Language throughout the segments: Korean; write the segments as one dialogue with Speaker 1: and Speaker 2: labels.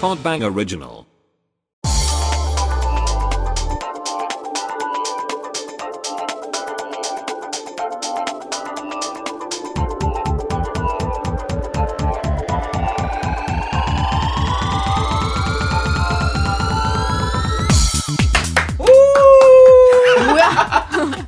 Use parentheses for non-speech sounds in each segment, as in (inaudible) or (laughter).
Speaker 1: Podbang Original.
Speaker 2: 뭐야?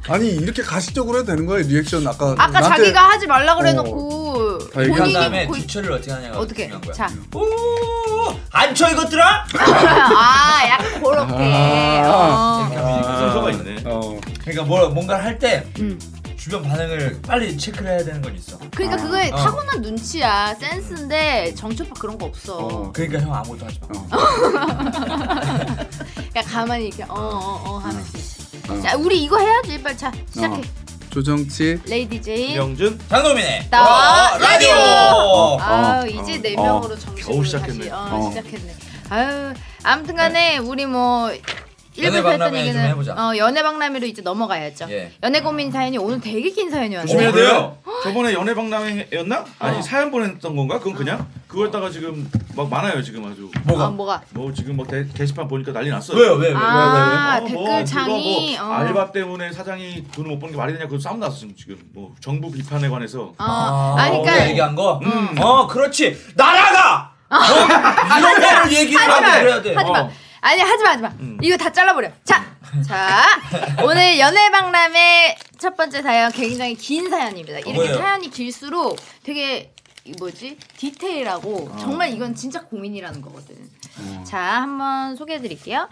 Speaker 3: 아니 이렇게 가식적으로 해도 되는 거예요 리액션 아까
Speaker 2: 아까
Speaker 3: 나한테- 어.
Speaker 2: 자기가 하지 말라 그래놓고
Speaker 3: 아, 얘기한
Speaker 2: 본인이
Speaker 4: 그다음에
Speaker 2: 고-
Speaker 4: 주체를 어떻게 하냐가
Speaker 2: 어떻게?
Speaker 4: 중요한 거야.
Speaker 2: 자,
Speaker 4: 오, 안쳐 이것들아.
Speaker 2: 아 약간 그렇게.
Speaker 3: 아.
Speaker 2: 어.
Speaker 3: 아,
Speaker 5: 순서가 있네.
Speaker 3: 어.
Speaker 4: 그러니까 뭘 뭔가를 할 때
Speaker 2: 음.
Speaker 4: 주변 반응을 빨리 체크를 해야 되는 건 있어.
Speaker 2: 그러니까 그거에
Speaker 4: 어.
Speaker 2: 타고난 눈치야 센스인데 정초파 그런 거 없어.
Speaker 3: 어.
Speaker 4: 그러니까 형 아무것도 하지 마.
Speaker 2: 그러니까 가만히 이렇게 어 어 어 하면 수 있어.
Speaker 3: 어.
Speaker 2: 자 우리 이거 해야지 빨리 자 시작해.
Speaker 3: 어. 조정치
Speaker 2: 레이디 제인.
Speaker 5: 명준
Speaker 4: 장동민의
Speaker 2: 나와
Speaker 4: 어, 라디오.
Speaker 2: 라디오!
Speaker 4: 어.
Speaker 2: 아유
Speaker 3: 어,
Speaker 2: 이제
Speaker 3: 어,
Speaker 2: 네
Speaker 3: 어.
Speaker 2: 명으로 정식으로
Speaker 5: 겨우
Speaker 2: 다시
Speaker 5: 시작했네.
Speaker 2: 어,
Speaker 3: 어. 네.
Speaker 2: 시작했네. 아유 아무튼간에 우리 뭐 일부에서 했던
Speaker 4: 박람회 좀
Speaker 2: 얘기는
Speaker 4: 해보자.
Speaker 2: 어, 연애 박람회로 이제 넘어가야죠.
Speaker 4: 예.
Speaker 2: 연애 고민 사연이 오늘 되게 긴 사연이었는데.
Speaker 4: 조심해야
Speaker 5: 조심해야
Speaker 4: 돼요. 어.
Speaker 5: 돼요. (gasps) 저번에 연애박람회였나? 아니 사연 보냈던 건가? 그건 그냥 그걸다가 지금 막 많아요 지금 아주.
Speaker 2: 아,
Speaker 4: 뭐가?
Speaker 2: 뭐가?
Speaker 5: 뭐 지금 뭐 대, 게시판 보니까 난리 났어요.
Speaker 4: 왜요 왜요 왜요?
Speaker 2: 아
Speaker 5: 어, 뭐
Speaker 2: 댓글창이.
Speaker 5: 그거
Speaker 2: 어.
Speaker 5: 뭐 알바 때문에 사장이 돈을 못 버는 게 말이 되냐 그 싸움 났어 지금 지금 뭐 정부 비판에 관해서
Speaker 2: 어. 아
Speaker 4: 우리가
Speaker 2: 그러니까
Speaker 4: 얘기한 거. 어 그렇지 날아가. 어, 이런 거를 얘기를
Speaker 2: 하지 마.
Speaker 4: 하고 그래야 돼.
Speaker 2: 하지 마.
Speaker 5: 어.
Speaker 2: 아니 하지 마 하지 마.
Speaker 4: 음.
Speaker 2: 이거 다 잘라버려. 자, 자 오늘 연애 박람회 첫 번째 사연 굉장히 긴 사연입니다. 이렇게
Speaker 4: 뭐예요?
Speaker 2: 사연이 길수록 되게 이 뭐지 디테일하고
Speaker 4: 어.
Speaker 2: 정말 이건 진짜 고민이라는 거거든.
Speaker 4: 음.
Speaker 2: 자 한번 소개해드릴게요.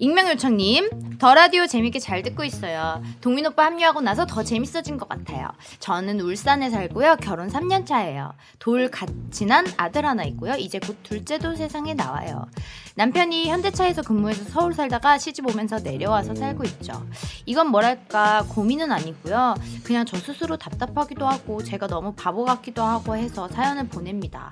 Speaker 2: 익명 요청님 더 라디오 재밌게 잘 듣고 있어요. 동민 오빠 합류하고 나서 더 재밌어진 것 같아요. 저는 울산에 살고요. 결혼 3년 차예요. 돌 같이 난 아들 하나 있고요. 이제 곧 둘째도 세상에 나와요. 남편이 현대차에서 근무해서 서울 살다가 시집 오면서 내려와서 살고 있죠. 이건 뭐랄까 고민은 아니고요. 그냥 저 스스로 답답하기도 하고 제가 너무 바보 같기도 하고 해서 사연을 보냅니다.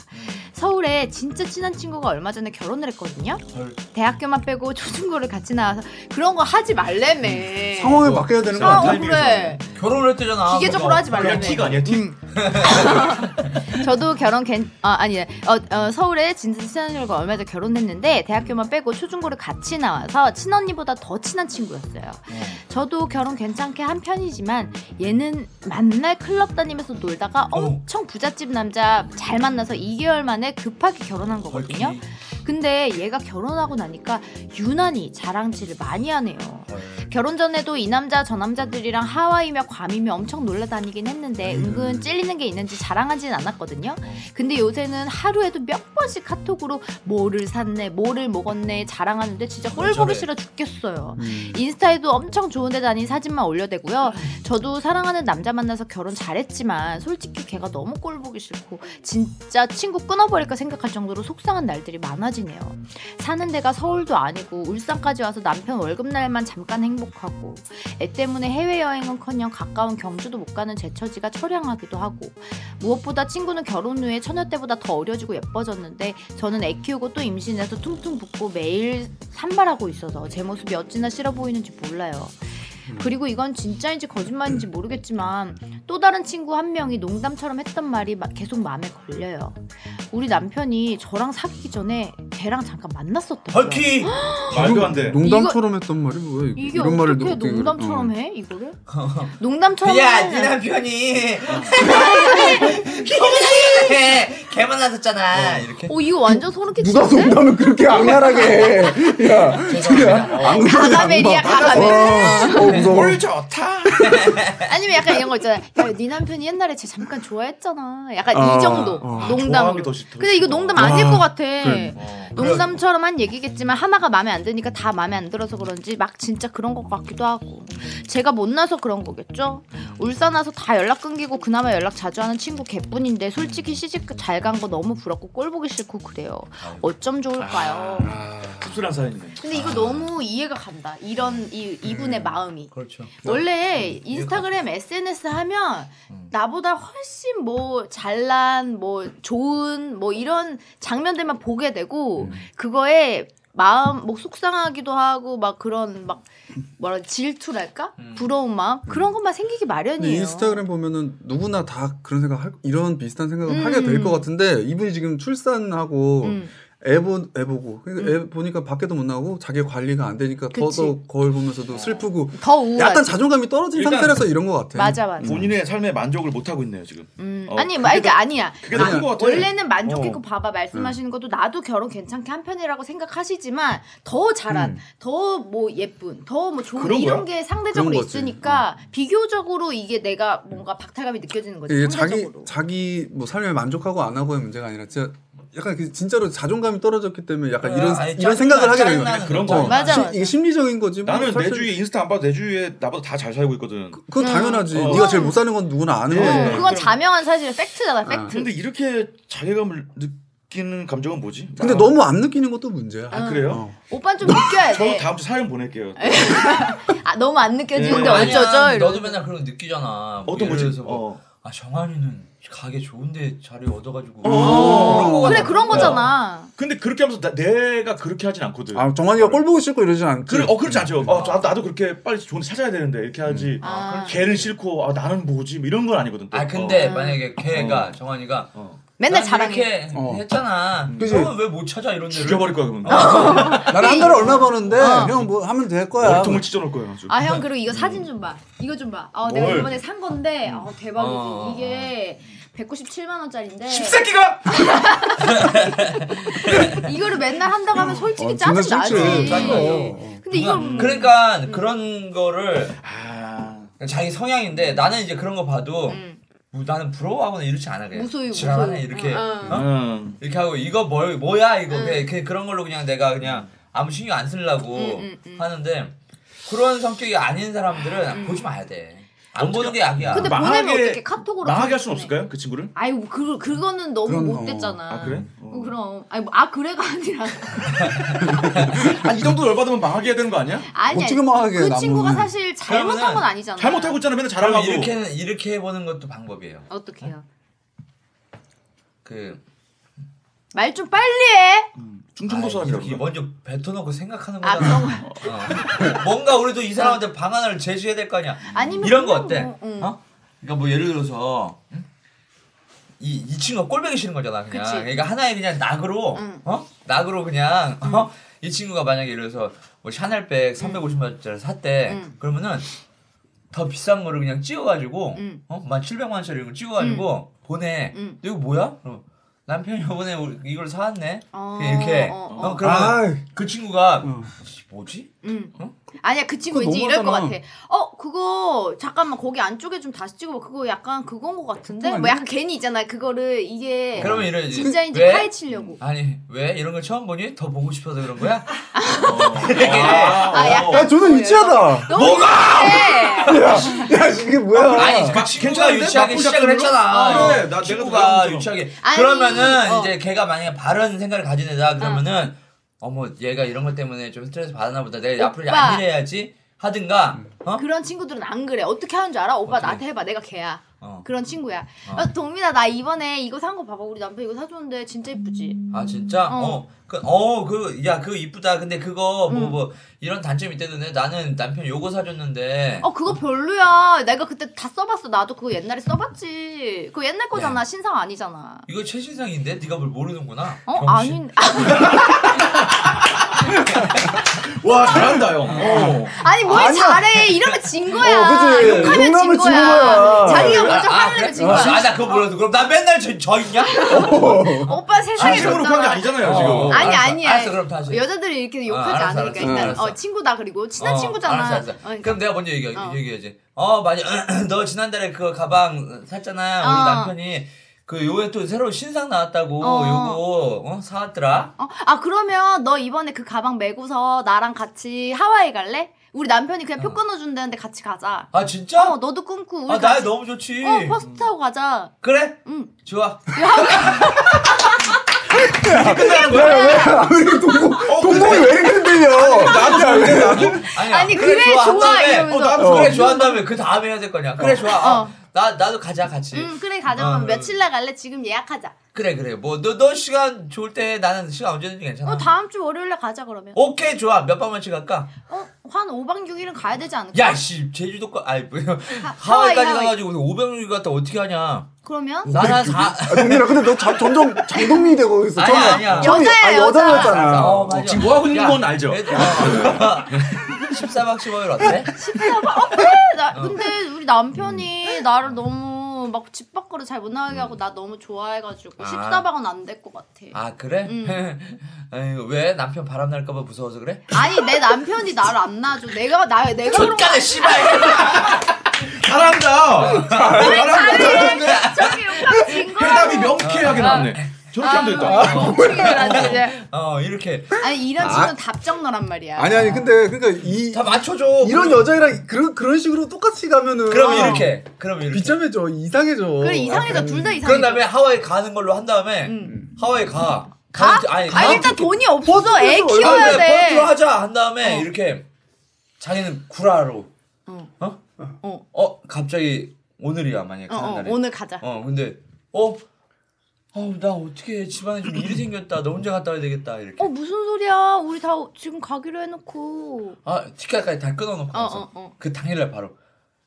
Speaker 2: 서울에 진짜 친한 친구가 얼마 전에 결혼을 했거든요.
Speaker 4: 헐.
Speaker 2: 대학교만 빼고 초중고를 같이 나와서 그런 거 하지 말래매.
Speaker 3: 상황을 바뀌어야 되는 거
Speaker 2: 어,
Speaker 3: 같아
Speaker 5: 타이밍이
Speaker 2: 그래.
Speaker 4: 결혼을 했대잖아. 그러니까.
Speaker 2: 기계적으로 하지 말라며.
Speaker 5: 그냥 틱 아니야 틱.
Speaker 2: 저도 결혼 괜, 어, 아니, 어, 어, 서울에 진짜 친한 친구가 얼마 전에 결혼했는데 대학교만 빼고 초중고를 같이 나와서 친언니보다 더 친한 친구였어요. 저도 결혼 괜찮게 한 편이지만 얘는 만날 클럽 다니면서 놀다가 엄청 부잣집 남자 잘 만나서 2개월 만에 급하게 결혼한 거거든요. 근데 얘가 결혼하고 나니까 유난히 자랑질을 많이 하네요. 결혼 전에도 이 남자 저 남자들이랑 하와이며 괌이며 엄청 놀러 다니긴 했는데
Speaker 4: 음.
Speaker 2: 은근 찔리는 게 있는지 자랑하진 않았거든요. 근데 요새는 하루에도 몇 번씩 카톡으로 뭐를 샀네, 뭐를 먹었네 자랑하는데 진짜 꼴 보기
Speaker 4: 저래.
Speaker 2: 싫어 죽겠어요.
Speaker 3: 음.
Speaker 2: 인스타에도 엄청 좋은 데 다닌 사진만 올려대고요. 저도 사랑하는 남자 만나서 결혼 잘했지만 솔직히 걔가 너무 꼴 보기 싫고 진짜 친구 끊어버릴까 생각할 정도로 속상한 날들이 많아지네요. 사는 데가 서울도 아니고 울산까지 와서 남편 월급날만 잠깐 행복하고 애 때문에 해외여행은커녕 가까운 경주도 못 가는 제 처지가 처량하기도 하고 무엇보다 친구는 결혼 후에 처녀 때보다 더 어려지고 예뻐졌는데 저는 애 키우고 또 임신해서 퉁퉁 붓고 매일 산발하고 있어서 제 모습이 어찌나 싫어 보이는지 몰라요.
Speaker 4: 음.
Speaker 2: 그리고 이건 진짜인지 거짓말인지 모르겠지만 또 다른 친구 한 명이 농담처럼 했던 말이 막 계속 마음에 걸려요. 우리 남편이 저랑 사귀기 전에 걔랑 잠깐 만났었다고요.
Speaker 4: 헐키.
Speaker 5: 음. 말도 안 돼.
Speaker 3: 농담처럼 했던 말이 뭐야 이게,
Speaker 2: 이게
Speaker 3: 이런 말을
Speaker 2: 어떻게
Speaker 3: 어떻게 그래?
Speaker 2: 농담처럼
Speaker 3: 어.
Speaker 2: 해 이거를? 농담처럼
Speaker 4: 야,
Speaker 2: 하면은
Speaker 4: 네 남편이
Speaker 6: (laughs)
Speaker 2: 네,
Speaker 4: 걔, 걔 만났었잖아. 이렇게.
Speaker 2: 어 이거 완전 소름
Speaker 3: 누가
Speaker 2: 끼치는데?
Speaker 3: 농담을 그렇게 악랄하게
Speaker 2: (laughs)
Speaker 3: 해? 야
Speaker 4: 죄송합니다. 어.
Speaker 2: 가가멜이야 가가멜.
Speaker 3: 어, 무서워
Speaker 5: 뭘 좋다.
Speaker 2: (laughs) 아니면 약간 이런 거 있잖아. 야, 네 남편이 옛날에 쟤 잠깐 좋아했잖아. 약간
Speaker 3: 어,
Speaker 2: 이 정도
Speaker 3: 어. 그러니까.
Speaker 2: 농담.
Speaker 5: 좋아하기 더 싫다.
Speaker 2: 근데 이거 농담 아닐
Speaker 3: 와,
Speaker 2: 것 같아.
Speaker 3: 그래.
Speaker 2: 농담처럼 한 얘기겠지만 하나가 마음에 안 드니까 다 마음에 안 들어서 그런지 막 진짜 그런 것 같기도 하고 제가 못나서 그런 거겠죠 울산 와서 다 연락 끊기고 그나마 연락 자주 하는 친구 개뿐인데 솔직히 시집 잘 간 거 너무 부럽고 꼴 보기 싫고 그래요 어쩜 좋을까요
Speaker 5: 씁쓸한 사연이네.
Speaker 2: 근데 이거 너무 이해가 간다 이런 이, 이분의 마음이
Speaker 4: 그렇죠.
Speaker 3: 음.
Speaker 2: 원래 인스타그램 SNS 하면 나보다 훨씬 뭐 잘난 뭐 좋은 뭐 이런 장면들만 보게 되고
Speaker 3: 음.
Speaker 2: 그거에 마음 뭐 속상하기도 하고 막 그런 막 뭐라 질투랄까 부러운 마음 그런 것만 생기기
Speaker 3: 근데
Speaker 2: 마련이에요.
Speaker 3: 인스타그램 보면은 누구나 다 그런 생각 할, 이런 비슷한 생각을
Speaker 2: 음.
Speaker 3: 하게 될 것 같은데 이분이 지금 출산하고
Speaker 2: 음.
Speaker 3: 애보 애보고 그러니까 애 보니까 밖에도 못 나오고 자기 관리가 안 되니까
Speaker 2: 그치. 어.
Speaker 3: 더더 거울 보면서도 슬프고
Speaker 2: 더 우울.
Speaker 3: 약간 음. 자존감이 떨어진
Speaker 5: 일단-
Speaker 3: 상태라서 이런 것 같아.
Speaker 2: 맞아
Speaker 4: 음.
Speaker 2: 맞아.
Speaker 5: 본인의 삶에 만족을 못 하고 있네요 지금.
Speaker 2: 음,
Speaker 5: 어,
Speaker 2: 아니
Speaker 5: 그게
Speaker 2: 뭐 이게
Speaker 5: 더-
Speaker 2: 아니야.
Speaker 5: 그게 더
Speaker 2: 아,
Speaker 5: 큰것 같아.
Speaker 2: 원래는 만족했고
Speaker 5: 어.
Speaker 2: 봐봐 말씀하시는 것도 나도 결혼 괜찮게 한 편이라고 생각하시지만 더 잘한, 더 뭐 예쁜, 더 뭐 좋은
Speaker 5: 그런
Speaker 2: 이런
Speaker 5: 거야?
Speaker 2: 게 상대적으로
Speaker 3: 그런 거지.
Speaker 2: 있으니까 비교적으로 이게 내가 뭔가 박탈감이 느껴지는 거지.
Speaker 3: 이게 자기
Speaker 2: 상대적으로.
Speaker 3: 자기 뭐 삶에 만족하고 안 하고의 문제가 아니라 진짜 약간 그 진짜로 자존감이 떨어졌기 때문에 약간 이런
Speaker 4: 아니,
Speaker 3: 이런
Speaker 4: 짜증나,
Speaker 3: 생각을 하게 되는
Speaker 4: 짜증나는
Speaker 3: 거야.
Speaker 5: 그런
Speaker 3: 어,
Speaker 5: 거.
Speaker 2: 맞아,
Speaker 3: 시-
Speaker 2: 맞아.
Speaker 3: 이게 심리적인 거지. 뭐
Speaker 5: 나는 내
Speaker 3: 사실
Speaker 5: 주위에 인스타 안 봐도 내 주위에 나보다 다 잘 살고 있거든.
Speaker 3: 그건
Speaker 2: 음.
Speaker 3: 당연하지.
Speaker 5: 어.
Speaker 3: 네가 제일 못 사는 건 누구나 아는
Speaker 5: 예.
Speaker 2: 어,
Speaker 3: 거지.
Speaker 2: 그건 자명한 사실 팩트잖아 팩트.
Speaker 5: 근데 이렇게 자괴감을 느끼는 감정은 뭐지?
Speaker 3: 근데
Speaker 5: 나-
Speaker 3: 너무 안 느끼는 것도 문제야.
Speaker 5: 어. 아, 그래요?
Speaker 3: 어.
Speaker 2: 오빠 좀 느껴야
Speaker 5: 저는
Speaker 2: 돼.
Speaker 5: 다음 주 사연 보낼게요.
Speaker 2: 네. 아, 너무 안 느껴지는데
Speaker 5: 네.
Speaker 2: 어쩌죠?
Speaker 6: 너도
Speaker 2: 이러면서.
Speaker 6: 맨날 그런 거 느끼잖아. 뭐
Speaker 5: 어떤
Speaker 6: 예를
Speaker 5: 거지?
Speaker 6: 들어서 뭐,
Speaker 5: 어.
Speaker 6: 아 정한이는 가게 좋은데 자리 얻어가지고.
Speaker 5: 어.
Speaker 2: 그래 그런 거잖아.
Speaker 5: 근데 그렇게 하면서 나- 내가 그렇게 하진 않거든.
Speaker 3: 아 정환이가 꼴 보기 싫고 이러진 않지.
Speaker 5: 어. 그래, 어 그렇지 않죠. 어, 저- 나도 그렇게 빨리 좋은 데 찾아야 되는데 이렇게 하지.
Speaker 2: 아,
Speaker 5: 걔는 싫고 아, 나는 뭐지 뭐 이런 건 아니거든. 또.
Speaker 6: 아 근데
Speaker 2: 어.
Speaker 6: 만약에 걔가 정한이가
Speaker 5: 어.
Speaker 2: 맨날
Speaker 6: 난
Speaker 2: 자랑해.
Speaker 6: 이렇게
Speaker 3: 어.
Speaker 6: 했잖아.
Speaker 3: 그치?
Speaker 6: 형은 왜 못 찾아 이런
Speaker 5: 어.
Speaker 6: 데를?
Speaker 5: 죽여버릴 거야 그러면.
Speaker 3: 나는 한 달에 얼마 버는데
Speaker 2: 어.
Speaker 3: 형 뭐 하면 될 거야.
Speaker 5: 머리통을 찢어놓을 거야 아주.
Speaker 2: 아 형 그리고 이거 사진 좀 봐. 이거 좀 봐. 아 내가
Speaker 5: 뭘?
Speaker 2: 이번에 산 건데 아 대박이지.
Speaker 6: 어.
Speaker 2: 이게 197만 원짜리인데
Speaker 5: 십새끼가!
Speaker 2: 이거를 맨날 한다고 하면 솔직히
Speaker 3: 어,
Speaker 2: 짜증
Speaker 3: 정말
Speaker 2: 나지.
Speaker 3: 솔직해. 짜증나요.
Speaker 2: 근데 음. 이걸
Speaker 6: 그러니까 그런 거를
Speaker 5: 아,
Speaker 6: 자기 성향인데 나는 이제 그런 거 봐도
Speaker 2: 음.
Speaker 6: 뭐 나는 부러워하거나 이렇지 않아 그냥
Speaker 2: 무소유,
Speaker 6: 지랄하네
Speaker 2: 무소유.
Speaker 6: 이렇게
Speaker 2: 어, 어.
Speaker 5: 음.
Speaker 6: 이렇게 하고 이거 뭘 뭐야 이거 그냥, 그냥 그런 걸로 그냥 내가 그냥 아무 신경 안 쓰려고
Speaker 2: 음, 음, 음.
Speaker 6: 하는데 그런 성격이 아닌 사람들은 보지 마야 돼. 안 보는 게 약이야.
Speaker 2: 근데
Speaker 5: 망하게-
Speaker 2: 보내면 어떻게 카톡으로
Speaker 5: 망하게 할 수는
Speaker 2: 보내.
Speaker 5: 없을까요 그 친구를?
Speaker 2: 아유 그 그거는 너무
Speaker 3: 그럼,
Speaker 2: 못
Speaker 3: 어.
Speaker 2: 됐잖아.
Speaker 5: 아 그래?
Speaker 2: 어, 그럼 아니 뭐아 그래가
Speaker 3: (laughs)
Speaker 2: 아니라
Speaker 5: 아이 정도 열받으면 망하게 해야 되는 거 아니야?
Speaker 2: 아니
Speaker 3: 뭐
Speaker 2: 아니
Speaker 3: 찍어 먹어야겠네,
Speaker 2: 그 친구가
Speaker 3: 나무는.
Speaker 2: 사실 잘못한
Speaker 6: 그러면은
Speaker 2: 건 아니잖아.
Speaker 5: 잘못하고 있잖아 맨날
Speaker 6: 그럼
Speaker 5: 자랑하고.
Speaker 6: 이렇게 이렇게 해보는 것도 방법이에요.
Speaker 2: 어떻게요?
Speaker 6: 그
Speaker 2: 말 좀 빨리 해.
Speaker 5: 충청도
Speaker 6: 아,
Speaker 5: 사람이라고.
Speaker 6: 이렇게 먼저 뱉어놓고 생각하는
Speaker 2: 아 그런
Speaker 6: 거잖아.
Speaker 2: 거.
Speaker 6: 어. 뭔가 우리도 이 사람한테 방안을 제시해야 될 거 아니야.
Speaker 2: 아니면
Speaker 6: 이런 거
Speaker 2: 그냥
Speaker 6: 어때?
Speaker 2: 뭐, 응.
Speaker 6: 어? 그러니까 뭐 예를 들어서 응? 이, 이 친구가 꼴보기 싫은 거잖아 그냥.
Speaker 2: 그치.
Speaker 6: 그러니까 하나의 그냥 낙으로
Speaker 2: 응.
Speaker 6: 어? 낙으로 그냥 어? 이 친구가 만약에 예를 들어서 뭐 샤넬백 350만 원짜리 샀대.
Speaker 2: 응.
Speaker 6: 그러면은 더 비싼 거를 그냥 찍어가지고
Speaker 2: 응.
Speaker 6: 어? 만 700만 원짜리 이거 찍어가지고 보내.
Speaker 2: 응.
Speaker 6: 너 이거 뭐야? 그럼 남편이 이번에 우리 이걸 사왔네.
Speaker 2: 어,
Speaker 6: 그냥 이렇게
Speaker 2: 어, 어.
Speaker 6: 어, 그러면
Speaker 3: 아이.
Speaker 6: 그 친구가
Speaker 3: 어.
Speaker 6: 씨, 뭐지?
Speaker 2: 응.
Speaker 6: 어?
Speaker 2: 아니야 그 친구
Speaker 3: 그거
Speaker 2: 왠지 이럴 것
Speaker 3: 너무하잖아.
Speaker 2: 같아. 어 그거 잠깐만 거기 안쪽에 좀 다시 찍어봐. 그거 약간 그건 것 같은데? 뭐 약간 괜히 있잖아. 그거를 이게
Speaker 6: 그러면 이러지.
Speaker 2: 네. 진짜인지
Speaker 6: 왜?
Speaker 2: 파헤치려고.
Speaker 6: 아니 왜 이런 걸 처음 보니? 더 보고 싶어서 그런 거야?
Speaker 2: 아 약간
Speaker 3: 야 저는 유치하다.
Speaker 2: 너무 뭐가?
Speaker 3: 야 이게 뭐야?
Speaker 6: 아니 그 친구가
Speaker 5: 괜찮은데?
Speaker 6: 유치하게
Speaker 5: 나쁜
Speaker 6: 시작을
Speaker 5: 작전으로?
Speaker 6: 했잖아.
Speaker 5: 그래, 네, 나- 내가
Speaker 6: 친구가
Speaker 5: 들어간
Speaker 6: 유치하게.
Speaker 2: 아니,
Speaker 6: 그러면은
Speaker 2: 어.
Speaker 6: 이제 걔가 만약에 바른 생각을 가진 애다 그러면은 어머 얘가 이런 것 때문에 좀 스트레스 받았나 보다. 내가 앞으로
Speaker 2: 오빠.
Speaker 6: 안 일해야지 하든가.
Speaker 5: 음.
Speaker 6: 어?
Speaker 2: 그런 친구들은 안 그래. 어떻게 하는 줄 알아? 오빠
Speaker 6: 어떻게?
Speaker 2: 나한테 해봐. 내가 걔야.
Speaker 6: 어.
Speaker 2: 그런 친구야.
Speaker 6: 어.
Speaker 2: 야, 동민아 나 이번에 이거 산 거 봐봐. 우리 남편 이거 사줬는데 진짜 예쁘지.
Speaker 6: 아 진짜?
Speaker 2: 어.
Speaker 6: 어. 그, 어, 그, 야, 그거 이쁘다. 근데 그거,
Speaker 2: 음.
Speaker 6: 뭐, 뭐, 이런 단점이 있다던데, 나는 남편 요거 사줬는데.
Speaker 2: 어 그거 별로야. 내가 그때 다 써봤어. 나도 그거 옛날에 써봤지. 그거 옛날 거잖아. 신상 아니잖아.
Speaker 6: 이거 최신상인데? 네가 뭘 모르는구나.
Speaker 2: 어
Speaker 6: 병신.
Speaker 2: 아닌
Speaker 5: 와 잘한다 형. 어.
Speaker 2: 아니 뭘 잘해 이러면 진 거야
Speaker 3: 어, 그치.
Speaker 2: 욕하면 진
Speaker 3: 욕나면 진
Speaker 2: 거야
Speaker 3: 거야.
Speaker 2: 자기가
Speaker 6: 아,
Speaker 2: 먼저
Speaker 6: 아,
Speaker 2: 화를
Speaker 6: 그래?
Speaker 2: 내면 진
Speaker 6: 아,
Speaker 2: 거야 어,
Speaker 6: 나 그거 몰라서. 그럼 나 맨날 저, 저 있냐?
Speaker 2: 오빠 세상에
Speaker 5: 진심으로 욕한 게
Speaker 2: 없잖아.
Speaker 5: 아니잖아요
Speaker 6: 어.
Speaker 5: 지금.
Speaker 2: 아니
Speaker 6: 알았어,
Speaker 2: 아니야
Speaker 6: 알았어, 그럼 다시.
Speaker 2: 여자들이 이렇게
Speaker 6: 어,
Speaker 2: 욕하지
Speaker 6: 알았어,
Speaker 2: 않으니까
Speaker 6: 알았어,
Speaker 2: 일단
Speaker 6: 알았어.
Speaker 2: 어, 친구다 그리고 친한
Speaker 6: 어,
Speaker 2: 친구잖아
Speaker 6: 알았어, 알았어.
Speaker 2: 어,
Speaker 6: 그럼 내가 먼저 얘기,
Speaker 2: 어.
Speaker 6: 얘기해야지. 어, 맞아. (clears throat) 너 지난달에 그 가방 샀잖아. 우리
Speaker 2: 어.
Speaker 6: 남편이. 그 요에 또 새로 신상 나왔다고
Speaker 2: 어.
Speaker 6: 요거 어? 사왔더라.
Speaker 2: 어, 아 그러면 너 이번에 그 가방 메고서 나랑 같이 하와이 갈래? 우리 남편이 그냥 표 끊어준다는데 같이 가자
Speaker 6: 아 진짜?
Speaker 2: 어 너도 끊고 우리
Speaker 6: 아 나야
Speaker 2: 같이
Speaker 6: 너무 좋지.
Speaker 2: 어 버스 타고 가자
Speaker 6: 그래?
Speaker 2: 응.
Speaker 6: 좋아.
Speaker 3: 아니 동공 동공이 왜 이렇게 흔들려? 나한테 안 돼. 나한테.
Speaker 6: 아니야.
Speaker 2: 아니, 그래, 좋아,
Speaker 6: 한 다음에,
Speaker 2: 이러면서.
Speaker 6: 어, 나도
Speaker 3: 어.
Speaker 6: 그래 좋아 한 다음에 그 다음에 해야 될 거냐. 그래 좋아. 어.
Speaker 2: 어. 음.
Speaker 6: 나 나도 가자 같이.
Speaker 2: 응 그래 가자
Speaker 6: 어,
Speaker 2: 그럼
Speaker 6: 그래.
Speaker 2: 며칠 날 갈래? 지금 예약하자
Speaker 6: 그래 그래. 뭐 너 너 시간 좋을 때 나는 시간 언제든지 괜찮아. 어?
Speaker 2: 어 다음 주 월요일에 가자 그러면
Speaker 6: 오케이 좋아. 몇 밤만치 갈까?
Speaker 2: 어, 한 5박 6일은 가야 되지 않을까?
Speaker 6: 야씨 제주도까 아니 뭐야
Speaker 2: 하와이,
Speaker 6: 하와이까지
Speaker 2: 하와이.
Speaker 6: 가가지고 500일 갔다 어떻게 하냐.
Speaker 2: 그러면
Speaker 6: 나나 사.
Speaker 3: 아, 동민아 근데 너 자, 점점 장동민이 되고 있어.
Speaker 6: 아니야,
Speaker 3: 처음에-
Speaker 6: 아니야.
Speaker 3: 처음에- 아,
Speaker 2: 여자예요, 여자.
Speaker 3: 여자였잖아.
Speaker 6: 어, 맞아.
Speaker 4: 지금 뭐 하고 있는
Speaker 6: 야,
Speaker 4: 건 알죠?
Speaker 5: 네.
Speaker 6: 얘들아, (laughs) 14박 15일 어때?
Speaker 2: 나, 근데 우리 남편이 나를 너무 막 집 밖으로 잘 못 나가게 하고 나 너무 좋아해가지고
Speaker 6: 아.
Speaker 2: 14박은 안 될 것 같아.
Speaker 6: 아 그래? (laughs) 아유, 왜 남편 바람 날까봐 무서워서 그래?
Speaker 2: 아니 내 남편이 나를 안 놔줘. 내가 나 내가 그런 거
Speaker 6: 족간의 씨발.
Speaker 4: 잘한다. 잘한다. 잘한다.
Speaker 2: 저기 욕하고 진 거야.
Speaker 5: 해답이 명쾌하게 나왔네. 저렇게 하면 되겠다.
Speaker 6: 어 이렇게
Speaker 2: 아니 이런 친구는 답정너란 말이야.
Speaker 3: 아니 아니 근데 그러니까 이
Speaker 6: 다 맞춰줘.
Speaker 3: 이런 여자랑 그런 그런 식으로 똑같이 가면은
Speaker 6: 그럼 이렇게. 그럼 이렇게.
Speaker 3: 비참해져 이상해져. 아,
Speaker 2: 그래 이상해져.
Speaker 3: 약간.
Speaker 2: 둘 다 이상해.
Speaker 6: 그런 다음에 하와이 가는 걸로 한 다음에
Speaker 2: 음.
Speaker 6: 하와이 가.
Speaker 2: 가?
Speaker 6: 가면-
Speaker 2: 아니,
Speaker 6: 가면
Speaker 2: 일단
Speaker 6: 좋겠-
Speaker 2: 돈이 없어. 애
Speaker 3: 버스에서
Speaker 2: 키워야
Speaker 6: 아니, 그래, 버스로
Speaker 2: 돼.
Speaker 6: 하자 한 다음에
Speaker 2: 어.
Speaker 6: 이렇게 자기는 구라로
Speaker 2: 어.
Speaker 6: 어?
Speaker 2: 어.
Speaker 6: 어 갑자기 오늘이야 만약에
Speaker 2: 어,
Speaker 6: 가는
Speaker 2: 어,
Speaker 6: 날이
Speaker 2: 오늘 가자.
Speaker 6: 어 근데 어? 어나 어떻게 집안에 좀 일이 생겼다 너 혼자 갔다 와야 되겠다 이렇게
Speaker 2: 어 무슨 소리야? 우리 다 지금 가기로 해놓고.
Speaker 6: 아 티켓까지 다 끊어놓고
Speaker 2: 어
Speaker 6: 가서
Speaker 2: 어 어.
Speaker 6: 그 당일날 바로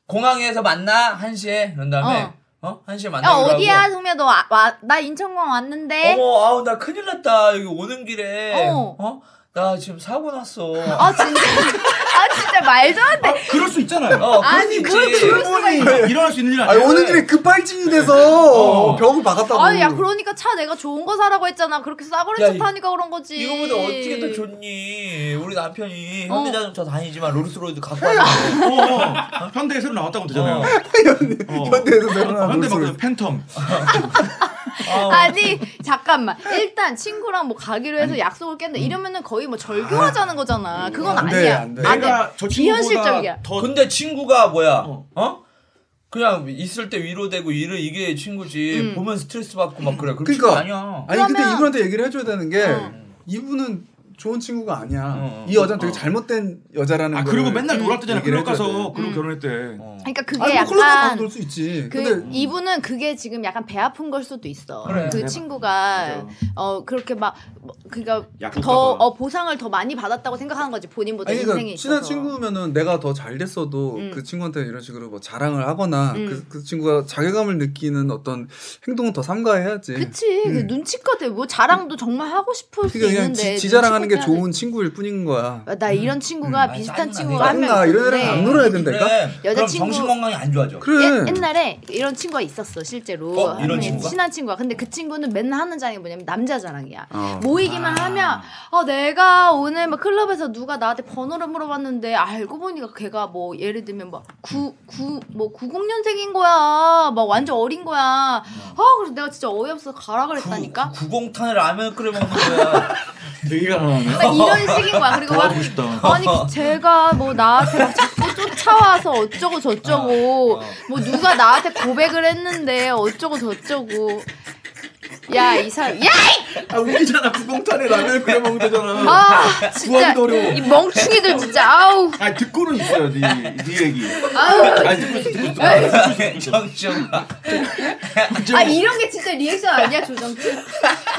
Speaker 6: 공항에서 만나 1시에 그런 다음에 어, 1시에
Speaker 2: 야
Speaker 6: 만나기로
Speaker 2: 어디야
Speaker 6: 하고
Speaker 2: 동미야 너와나 인천공항 왔는데.
Speaker 6: 어머 아우 나 큰일 났다 여기 오는 길에
Speaker 2: 어.
Speaker 6: 어? 나 지금 사고 났어
Speaker 2: 아 진짜 아 진짜 말도 안 돼.
Speaker 5: 그럴 수 있잖아요.
Speaker 6: 어, 그럴
Speaker 2: 아니
Speaker 6: 수 있지.
Speaker 2: 뭘 그럴 수가 있어.
Speaker 5: 일어날 수 있는 일
Speaker 3: 아
Speaker 5: 네. 아니야.
Speaker 3: 오는 길에 급발진이 돼서
Speaker 6: 어.
Speaker 3: 벽을 박았다고.
Speaker 2: 아니 야 그러니까 차 내가 좋은 거 사라고 했잖아. 그렇게 싸구려
Speaker 6: 야,
Speaker 2: 차
Speaker 6: 이-
Speaker 2: 타니까 그런 거지.
Speaker 6: 이거보다 어떻게
Speaker 2: 예.
Speaker 6: 더 좋니? 우리 남편이
Speaker 2: 어.
Speaker 6: 현대자동차 다니지만 롤스로이드 갖고
Speaker 5: 어,
Speaker 2: (laughs)
Speaker 6: 왔어.
Speaker 5: 어. 현대에 새로 나왔다고 되잖아요.
Speaker 6: 어.
Speaker 3: 현대에서
Speaker 5: 어,
Speaker 3: 내려나
Speaker 5: 현대 막 팬텀.
Speaker 6: 아,
Speaker 2: 아니 잠깐만 일단 친구랑 뭐 가기로 해서 약속을 깼는데 이러면은 거의 뭐 절교하자는 거잖아. 그건
Speaker 3: 안 돼,
Speaker 2: 아니야.
Speaker 3: 안 돼.
Speaker 5: 네.
Speaker 2: 안 돼.
Speaker 5: 내가 저
Speaker 2: 비현실적이야.
Speaker 5: 친구보다 더
Speaker 6: 근데 친구가 뭐야?
Speaker 5: 어.
Speaker 6: 어? 그냥 있을 때 위로되고 일을 이게 친구지.
Speaker 2: 음.
Speaker 6: 보면 스트레스 받고 막 그래. 그런
Speaker 3: 그러니까.
Speaker 6: 친구 아니야.
Speaker 3: 아니 근데
Speaker 2: 그러면-
Speaker 3: 이분한테 얘기를 해줘야 되는 게
Speaker 2: 어.
Speaker 3: 이분은 좋은 친구가 아니야.
Speaker 6: 어, 어,
Speaker 3: 이 여자는 되게
Speaker 6: 어.
Speaker 3: 잘못된 여자라는
Speaker 5: 아
Speaker 3: 걸
Speaker 5: 그리고 맨날 놀았대잖아.
Speaker 3: 얘기를
Speaker 5: 클럽 가서
Speaker 3: 해줘야
Speaker 5: 그리고 결혼했대.
Speaker 6: 어.
Speaker 2: 그러니까 그게
Speaker 3: 아니 뭐 클럽 가서
Speaker 2: 약간
Speaker 3: 놀수 있지.
Speaker 2: 그
Speaker 3: 근데
Speaker 2: 이분은 그게 지금 약간 배 아픈 걸 수도 있어.
Speaker 6: 그래.
Speaker 2: 그
Speaker 5: 맞아.
Speaker 2: 친구가 어 그렇게 막 뭐, 그러니까
Speaker 5: 약속
Speaker 2: 더
Speaker 5: 잡아.
Speaker 2: 어, 보상을 더 많이 받았다고 생각하는 거지 본인보다
Speaker 3: 아니
Speaker 2: 인생에
Speaker 3: 그러니까 친한
Speaker 2: 뭐 있어서.
Speaker 3: 친구면은 내가 더 잘 됐어도
Speaker 2: 음.
Speaker 3: 그 친구한테 이런 식으로 뭐 자랑을 하거나
Speaker 2: 음.
Speaker 3: 그, 그 친구가 자괴감을 느끼는 어떤 행동은 더 삼가해야지.
Speaker 6: 네.
Speaker 2: 그치 그 눈치껏 해. 뭐 자랑도 정말 하고 싶을 수
Speaker 3: 음. 그러니까 그게 그냥
Speaker 2: 있는데 예,
Speaker 3: 지, 지 자랑하는 게
Speaker 2: 눈치껏 해야 돼.
Speaker 3: 좋은 친구일 뿐인 거야.
Speaker 2: 나 이런 친구가
Speaker 6: 음,
Speaker 2: 비슷한
Speaker 6: 아니,
Speaker 2: 친구가 한 명
Speaker 3: 나
Speaker 2: 있었는데
Speaker 3: 이런 애랑 안 놀아야 된다니까. 그러니까?
Speaker 6: 그래. 그럼
Speaker 2: 여자친구-
Speaker 6: 정신 건강이 안 좋아져.
Speaker 3: 그래.
Speaker 2: 옛, 날에 이런 친구가 있었어 실제로
Speaker 6: 어?
Speaker 2: 한
Speaker 6: 이런
Speaker 2: 명의
Speaker 6: 친구가?
Speaker 2: 친한 친구가 근데 그 친구는 맨날 하는 자랑이 뭐냐면 남자 자랑이야
Speaker 3: 어.
Speaker 2: 모이기만
Speaker 6: 아.
Speaker 2: 하면 어 내가 오늘 막 클럽에서 누가 나한테 번호를 물어봤는데 알고 보니까 걔가 뭐 예를 들면 막구구뭐 90년생인 거야 막 완전 어린 거야
Speaker 6: 음.
Speaker 2: 아 그래서 내가 진짜 어이없어서 가라 그랬다니까
Speaker 6: 구, 구공탄에 라면 끓여 먹는
Speaker 2: (laughs)
Speaker 6: 거야.
Speaker 5: 되게 가난하네.
Speaker 2: 막 이런 식인 거야 그리고 막
Speaker 5: 도와주고 싶다.
Speaker 2: 아니 제가 뭐 나한테 막 자꾸 쫓아와서 어쩌고 저쩌고
Speaker 6: 어, 어.
Speaker 2: 뭐 누가 나한테 고백을 했는데 어쩌고 저쩌고 야 이 사람
Speaker 5: 아 웃기잖아. 구공탄에 라면을 끓여 먹으면 되잖아.
Speaker 2: 야아 진짜
Speaker 5: 구하기도 어려워.
Speaker 2: 이 멍충이들 진짜 아우
Speaker 5: 아 듣고는 있어요. 네, 네 얘기.
Speaker 2: 아우
Speaker 5: 아 듣고 있어, 듣고 있어.
Speaker 6: (laughs) 정신아.
Speaker 2: 아 이런 게 진짜 리액션 아니야 조정치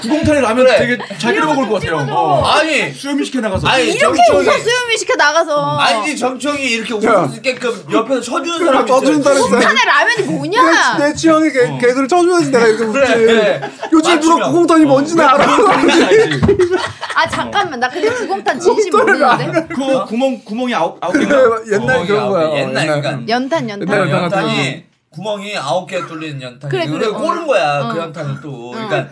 Speaker 5: 구공탄에 라면
Speaker 6: 그래.
Speaker 5: 되게 잘 끓여
Speaker 2: 이런
Speaker 5: 먹을
Speaker 2: 거
Speaker 5: 것
Speaker 2: 좀
Speaker 5: 같아요.
Speaker 2: 찍어줘.
Speaker 5: 어.
Speaker 6: 아니,
Speaker 5: 수염이 시켜 나가서.
Speaker 6: 아니,
Speaker 2: 이렇게
Speaker 6: 정치원이-
Speaker 2: 웃어 수염이 시켜 나가서 어.
Speaker 6: 아니지 네. 정청이 이렇게
Speaker 3: 야. 그러니까
Speaker 6: 웃을 수 있게끔 옆에서 쳐주는
Speaker 3: 그래,
Speaker 6: 사람이 있어.
Speaker 3: 쳐준다는 사람.
Speaker 2: 안에 라면이
Speaker 3: 내,
Speaker 2: 뭐냐
Speaker 3: 내 취향에 개, 개그를 쳐줘야지 내가 이렇게 웃지.
Speaker 6: 그래. 아,
Speaker 3: 요즘 누가
Speaker 6: 맞추면. 어,
Speaker 3: 구공탄이 뭔지 나 알아.
Speaker 5: 알지.
Speaker 2: 아 잠깐만 나 근데 구공탄 진심
Speaker 3: 구공탄을
Speaker 2: 모르는데
Speaker 5: 그 구멍 구멍이 아홉 아홉 개가.
Speaker 3: 그래, 옛날
Speaker 6: 어,
Speaker 3: 그런 거야. 어,
Speaker 6: 옛날 그러니까
Speaker 2: 연탄 연탄
Speaker 3: 네,
Speaker 6: 어,
Speaker 3: 연탄 같은
Speaker 6: 연탄이 구멍이 아홉 개 뚫린 연탄이
Speaker 2: 그래,
Speaker 6: 그래,
Speaker 2: 그래, 어.
Speaker 6: 꼬른 거야 그
Speaker 2: 어.
Speaker 6: 연탄이 또 그러니까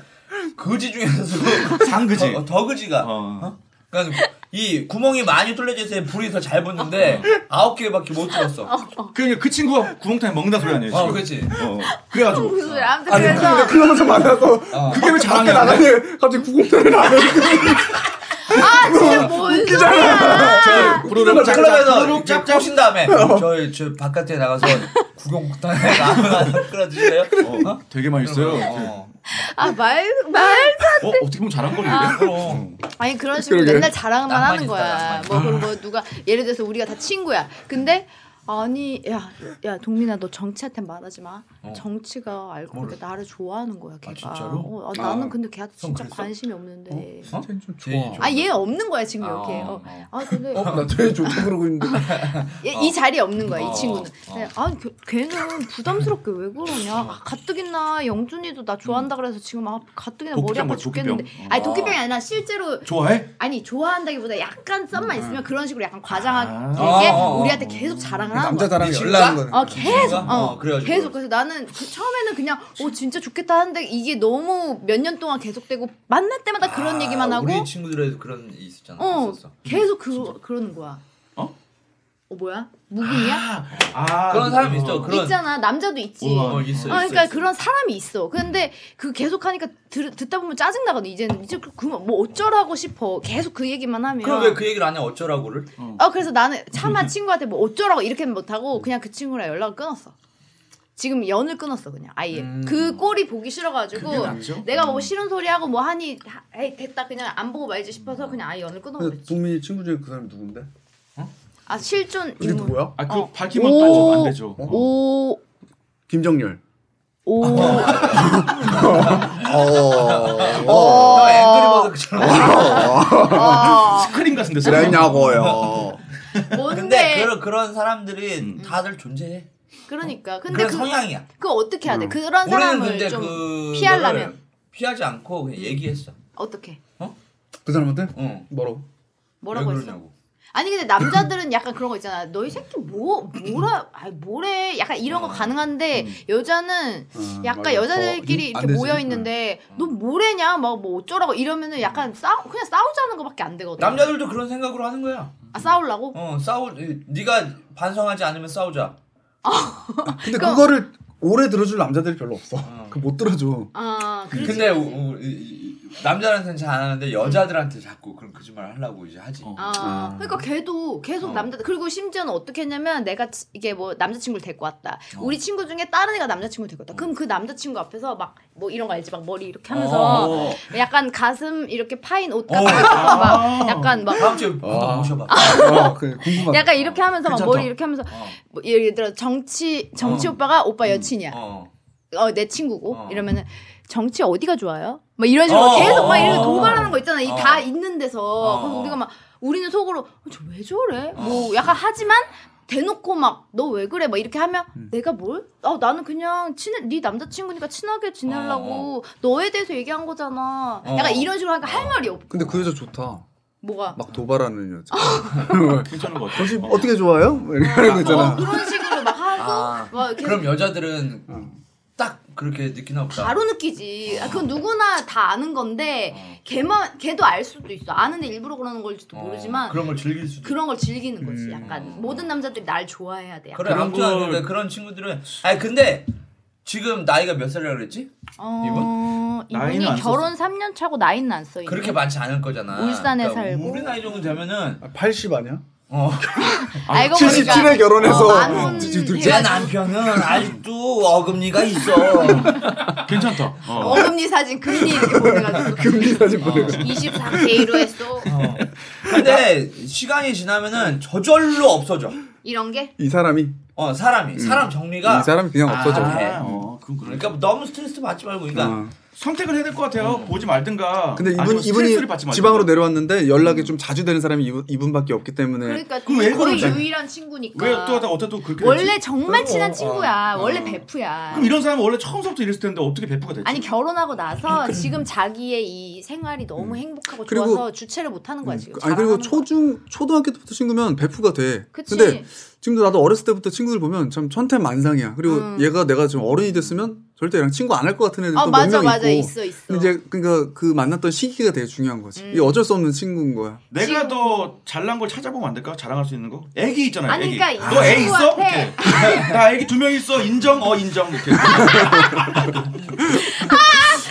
Speaker 6: 거지 중에서도
Speaker 5: 어, 장그지.
Speaker 6: 더, 더 거지가
Speaker 5: 어.
Speaker 6: 그러니까 이 구멍이 많이 뚫려져 있어요 불이 더 잘 붙는데 아홉 개밖에 못 뚫었어
Speaker 5: 그러니까 그 친구가 구멍탄에 먹는다 소리 아니에요.
Speaker 6: 어
Speaker 5: 지금.
Speaker 6: 그렇지
Speaker 5: 어. 그래가지고.
Speaker 2: 무슨 소리야. 아무튼
Speaker 3: 아니
Speaker 2: 그래서
Speaker 3: 근데 클럽에서 만나서
Speaker 6: 어.
Speaker 3: 그게 왜
Speaker 5: 자랑이야?
Speaker 3: 밖에 나가니 갑자기 구공탄을 안 해.
Speaker 2: 아 진짜 뭔 소리야
Speaker 5: 부르륵
Speaker 6: 클럽에서
Speaker 5: 짭짭
Speaker 6: 이제
Speaker 5: 짭짭.
Speaker 6: 꼬신 다음에 저희 저 바깥에 나가서 구경국단에 (laughs) 라면 하나 끓여주실래요? 어?
Speaker 5: 되게 맛있어요.
Speaker 6: 어.
Speaker 2: 아, 아말말
Speaker 5: 어 어떻게 보면 잘한 거네.
Speaker 3: 아,
Speaker 5: 어,
Speaker 6: 그럼
Speaker 2: 아니 그런 식으로
Speaker 3: 그러게.
Speaker 2: 맨날 자랑만
Speaker 6: 낭만
Speaker 2: 하는
Speaker 6: 있다,
Speaker 2: 거야.
Speaker 6: 낭만.
Speaker 2: 뭐 그리고 뭐 누가 예를 들어서 우리가 다 친구야. 근데 아니 야, 야 동민아 너 정치한테 말하지 마.
Speaker 6: 어.
Speaker 2: 정치가 알고 보니까 나를 좋아하는 거야 걔가.
Speaker 6: 진짜로?
Speaker 2: 어, 아,
Speaker 3: 아,
Speaker 2: 나는 근데 걔한테
Speaker 3: 형
Speaker 2: 진짜
Speaker 3: 그랬어?
Speaker 2: 관심이 없는데.
Speaker 6: 어?
Speaker 3: 쟤는 좀
Speaker 6: 제일
Speaker 3: 좋아.
Speaker 6: 좋아.
Speaker 2: 아 얘 없는 거야 지금
Speaker 6: 아,
Speaker 2: 여기.
Speaker 6: 어,
Speaker 2: 어.
Speaker 6: 어.
Speaker 2: 아 근데
Speaker 3: 어, 나 되게 좋다 그러고 있는데.
Speaker 2: 아, 얘, 이 자리에 없는 거야
Speaker 6: 어,
Speaker 2: 이 친구는.
Speaker 6: 어.
Speaker 2: 근데 아니 걔- 걔는 부담스럽게 왜 그러냐. 아, 가뜩이나 영준이도 나 좋아한다 그래서 지금 아 가뜩이나 머리
Speaker 5: 도끼병
Speaker 2: 아파
Speaker 5: 뭐야, 도끼병.
Speaker 2: 죽겠는데. 아니 도끼병이 아니라 실제로
Speaker 5: 좋아해?
Speaker 2: 아니 좋아한다기보다 약간 썸만 있으면 그런 식으로 약간 과장하게
Speaker 6: 음. 아.
Speaker 2: 이게
Speaker 6: 어, 어, 어.
Speaker 2: 우리한테 계속 자랑을 하는
Speaker 3: 남자
Speaker 2: 거야.
Speaker 3: 자랑
Speaker 6: 이
Speaker 3: 연락하는
Speaker 6: 친구가?
Speaker 3: 거네.
Speaker 2: 어 계속
Speaker 6: 친구가?
Speaker 2: 어,
Speaker 6: 어, 그래가지고.
Speaker 2: 계속 그래서 나는 그- 처음에는 그냥 어 진짜 좋겠다 하는데 이게 너무 몇 년 동안 계속되고 만날 때마다 그런
Speaker 6: 아,
Speaker 2: 얘기만 하고
Speaker 6: 우리 친구들에도 그런 일 있었잖아.
Speaker 2: 어
Speaker 6: 있었어.
Speaker 2: 계속 그 그러는 거야.
Speaker 5: 어?
Speaker 2: 어 뭐야 무빙이야?
Speaker 5: 아,
Speaker 6: 그런 사람이 있어.
Speaker 5: 어.
Speaker 6: 그런
Speaker 2: 있잖아 남자도 있지.
Speaker 5: 우와.
Speaker 6: 어, 있어.
Speaker 2: 아,
Speaker 6: 있어,
Speaker 2: 그러니까
Speaker 6: 있어.
Speaker 2: 그런 사람이 있어. 근데 그 계속 하니까 들, 듣다 보면 짜증 나거든. 이제는 이제 그뭐 어쩌라고 싶어. 계속 그 얘기만 하면.
Speaker 6: 그럼 왜 그 얘기를 안 해? 어쩌라고를?
Speaker 2: 어 그래서 나는 차마 친구한테 뭐 어쩌라고 이렇게는 못하고 그냥 그 친구랑 연락을 끊었어. 지금 연을 끊었어 그냥 아예
Speaker 6: 음.
Speaker 2: 그 꼴이 보기 싫어가지고
Speaker 5: 그게 낫죠?
Speaker 2: 내가 뭐 싫은 소리 하고 뭐 하니 하- 에이 됐다 그냥 안 보고 말지 싶어서 그냥 아예 연을
Speaker 3: 근데
Speaker 2: 끊어버렸지.
Speaker 3: 동민이 친구 중에 그 사람이 누군데?
Speaker 2: 아 실존
Speaker 3: 이게
Speaker 2: 인물.
Speaker 3: 누구야?
Speaker 5: 아, 그
Speaker 2: 어.
Speaker 5: 밝히면
Speaker 2: 오.
Speaker 5: 따져 안 되죠.
Speaker 2: 오.
Speaker 3: 김정열.
Speaker 2: 오.
Speaker 3: 어.
Speaker 6: 너 앵그리
Speaker 2: 어.
Speaker 6: 버드 그처럼.
Speaker 2: 어.
Speaker 5: 스크린 같은 데서
Speaker 3: 그랬냐고요.
Speaker 6: 근데
Speaker 2: 뭔데?
Speaker 6: 그런 그런 사람들이 다들 존재해.
Speaker 2: 그러니까. 근데
Speaker 6: 그런
Speaker 2: 그
Speaker 6: 성향이야.
Speaker 2: 그거 어떻게 해야 돼? 그런
Speaker 6: 음. 우리는
Speaker 2: 사람을
Speaker 6: 근데
Speaker 2: 좀
Speaker 6: 그
Speaker 2: 피하려면 음.
Speaker 6: 너를 피하지 않고 그냥 얘기했어.
Speaker 2: 어떻게?
Speaker 3: 그 사람한테?
Speaker 6: 응.
Speaker 3: 뭐라고?
Speaker 2: 뭐라고
Speaker 6: 왜
Speaker 2: 했어?
Speaker 6: 그러냐고.
Speaker 2: 아니 근데 남자들은 약간 그런 거 있잖아. 너희 새끼 뭐 뭐라 아이 뭐래. 약간 이런 거 가능한데 여자는
Speaker 3: 음,
Speaker 2: 약간
Speaker 3: 맞아.
Speaker 2: 여자들끼리
Speaker 3: 어, 안
Speaker 2: 이렇게
Speaker 3: 되지.
Speaker 2: 모여 있는데 너 뭐래냐 막 뭐 어쩌라고 이러면은 약간 싸우 그냥 싸우자는 거밖에 안 되거든.
Speaker 6: 남자들도 그런 생각으로 하는 거야.
Speaker 2: 아 싸우려고?
Speaker 6: 어 싸우 네가 반성하지 않으면 싸우자.
Speaker 3: 근데
Speaker 2: 그거-
Speaker 3: 그거를 오래 들어줄 남자들이 별로 없어. 그 못 들어줘.
Speaker 2: 아 그렇지.
Speaker 6: 근데 우- 우- 이- 이- 남자한테는 잘 안 하는데 여자들한테 자꾸 그런 거짓말 하려고 이제 하지.
Speaker 5: 어.
Speaker 2: 아,
Speaker 3: 아.
Speaker 2: 그러니까 걔도 계속
Speaker 6: 어.
Speaker 2: 남자 그리고 심지어는 어떻게 했냐면 내가 치- 이게 뭐 남자친구를 데리고 왔다.
Speaker 6: 어. 음.
Speaker 2: 우리 친구 중에 다른 애가 남자친구를 데리고 왔다. 그럼 그 남자친구 앞에서 막 뭐 이런 거 알지? 막 머리 이렇게 하면서
Speaker 6: 어.
Speaker 2: 약간 가슴 이렇게 파인 옷 같은 거 입고
Speaker 6: 아.
Speaker 2: 막 약간 막
Speaker 6: 다음 주에 한번 모셔봐.
Speaker 2: 아.
Speaker 3: 어, 그 궁금하다.
Speaker 2: 약간 이렇게 하면서 막
Speaker 6: 괜찮다.
Speaker 2: 머리 이렇게 하면서
Speaker 6: 어.
Speaker 2: 뭐 예를 들어 정치 정치
Speaker 6: 어.
Speaker 2: 오빠가 오빠 여친이야.
Speaker 6: 어.
Speaker 2: 어 내 친구고
Speaker 6: 어.
Speaker 2: 이러면은 정치 어디가 좋아요? 막 이런 식으로
Speaker 6: 어,
Speaker 2: 계속 막
Speaker 6: 어,
Speaker 2: 이런
Speaker 6: 어,
Speaker 2: 도발하는 거 있잖아. 이
Speaker 6: 어.
Speaker 2: 다 있는 데서
Speaker 6: 어,
Speaker 2: 그래서
Speaker 6: 어.
Speaker 2: 우리가 막 우리는 속으로 어, 저 왜 저래? 뭐 약간 하지만 대놓고 막 너 왜 그래? 막 이렇게 하면
Speaker 6: 음.
Speaker 2: 내가 뭘? 아 나는 그냥 친해 네 남자친구니까 친하게 지내려고 너에 대해서 얘기한 거잖아.
Speaker 6: 어.
Speaker 2: 약간 이런 식으로 하니까 할 말이 없.
Speaker 3: 근데 그 여자 좋다.
Speaker 2: 뭐가?
Speaker 3: 막 도발하는 여자. (laughs)
Speaker 5: 괜찮은 것 같아.
Speaker 3: 당신
Speaker 5: 어.
Speaker 3: 어떻게 좋아요? 막 이러는 거
Speaker 2: 어,
Speaker 3: 있잖아.
Speaker 2: 그런 식으로 막 하고
Speaker 6: 아.
Speaker 2: 막 이렇게
Speaker 6: 그럼 여자들은 딱 그렇게 느끼나 보다.
Speaker 2: 바로 느끼지. 아, 그건 누구나 다 아는 건데 걔만 걔도 알 수도 있어. 아는데 일부러 그러는 걸지도
Speaker 6: 어,
Speaker 2: 모르지만
Speaker 6: 그런 걸 즐길 수도.
Speaker 2: 그런 걸 즐기는 거지. 약간
Speaker 6: 음.
Speaker 2: 모든 남자들이 날 좋아해야 돼. 약간.
Speaker 6: 그래
Speaker 5: 그런
Speaker 6: 아무튼
Speaker 5: 걸-
Speaker 6: 근데 그런 친구들은 아니 근데 지금 나이가 몇 살이라 그랬지?
Speaker 2: 어, 이분이
Speaker 5: 나이는 안
Speaker 2: 결혼 3년 차고 나이는 안 써.
Speaker 6: 그렇게 많지 않을 거잖아.
Speaker 2: 음.
Speaker 6: 그러니까
Speaker 2: 울산에 살고.
Speaker 6: 우리 나이 정도 되면은
Speaker 3: 80 아니야?
Speaker 6: 어.
Speaker 2: 알고
Speaker 3: 77에 결혼해서
Speaker 2: 어, 만혼
Speaker 3: 지금 둘째.
Speaker 6: 제
Speaker 2: 돼가지고
Speaker 6: 남편은 아직도 어금니가
Speaker 2: (laughs)
Speaker 6: 있어.
Speaker 5: 괜찮다. 어.
Speaker 2: 어금니 사진 금리 이렇게 보내가지고
Speaker 3: 금리 사진
Speaker 2: 어.
Speaker 3: 보내고.
Speaker 2: 24K로 했어.
Speaker 6: 어. 근데 시간이 지나면은 저절로 없어져.
Speaker 2: 이런 게
Speaker 3: 이 사람이
Speaker 6: 어 사람이
Speaker 2: 음.
Speaker 6: 사람 정리가
Speaker 3: 이 사람이 그냥 없어져.
Speaker 6: 아, 해.
Speaker 5: 아, 어, 그건 그래.
Speaker 6: 그러니까 너무 스트레스 받지 말고 그러니까
Speaker 3: 어.
Speaker 5: 선택을 해야 될 것 같아요. 보지 말든가.
Speaker 3: 근데 이분
Speaker 5: 아니면
Speaker 3: 이분이
Speaker 5: 스트레스를 받지 말든가.
Speaker 3: 지방으로 내려왔는데 연락이 좀 자주 되는 사람이 이분, 이분밖에 없기 때문에
Speaker 2: 음. 그러니까
Speaker 5: 그럼 왜
Speaker 2: 거의
Speaker 5: 그러지?
Speaker 2: 유일한 친구니까.
Speaker 5: 왜또 하다 어떻게 또 그렇게
Speaker 2: 원래
Speaker 5: 됐지?
Speaker 2: 정말 친한
Speaker 3: 어,
Speaker 2: 친구야.
Speaker 3: 어.
Speaker 2: 원래 베프야.
Speaker 5: 그럼 이런 사람은 원래 처음부터 이랬을 텐데 어떻게 배프가 됐지?
Speaker 2: 아니 결혼하고 나서 지금 자기의 이 생활이 너무 행복하고
Speaker 3: 음, 그리고-
Speaker 2: 좋아서 주체를 못하는 거야 지금.
Speaker 3: 아니 음, 그리고
Speaker 2: 자랑하는 거야.
Speaker 3: 초중 초등학교 때부터 친구면 베프가 돼.
Speaker 2: 그치.
Speaker 3: 근데 지금도 나도 어렸을 때부터 친구들 보면 참 천태만상이야. 그리고
Speaker 2: 음.
Speaker 3: 얘가 내가 지금 어른이 됐으면 절대 얘랑 친구 안 할 것 같은 애들도
Speaker 2: 아 맞아
Speaker 3: 몇명
Speaker 2: 맞아
Speaker 3: 있고.
Speaker 2: 있어 있어.
Speaker 3: 근데 이제 그러니까 그 만났던 시기가 되게 중요한 거지. 이게
Speaker 2: 음.
Speaker 3: 어쩔 수 없는 친구인 거야.
Speaker 5: 내가
Speaker 2: 지금-
Speaker 5: 더 잘난 걸 찾아보면 안 될까? 자랑할 수 있는 거? 애기 있잖아요.
Speaker 2: 아니,
Speaker 5: 애기.
Speaker 2: 그러니까 이
Speaker 5: 너 애 있어?
Speaker 2: 친구한테-
Speaker 5: 이렇게. (laughs) 나 애기 두 명 있어. 인정. 어 인정. 이렇게.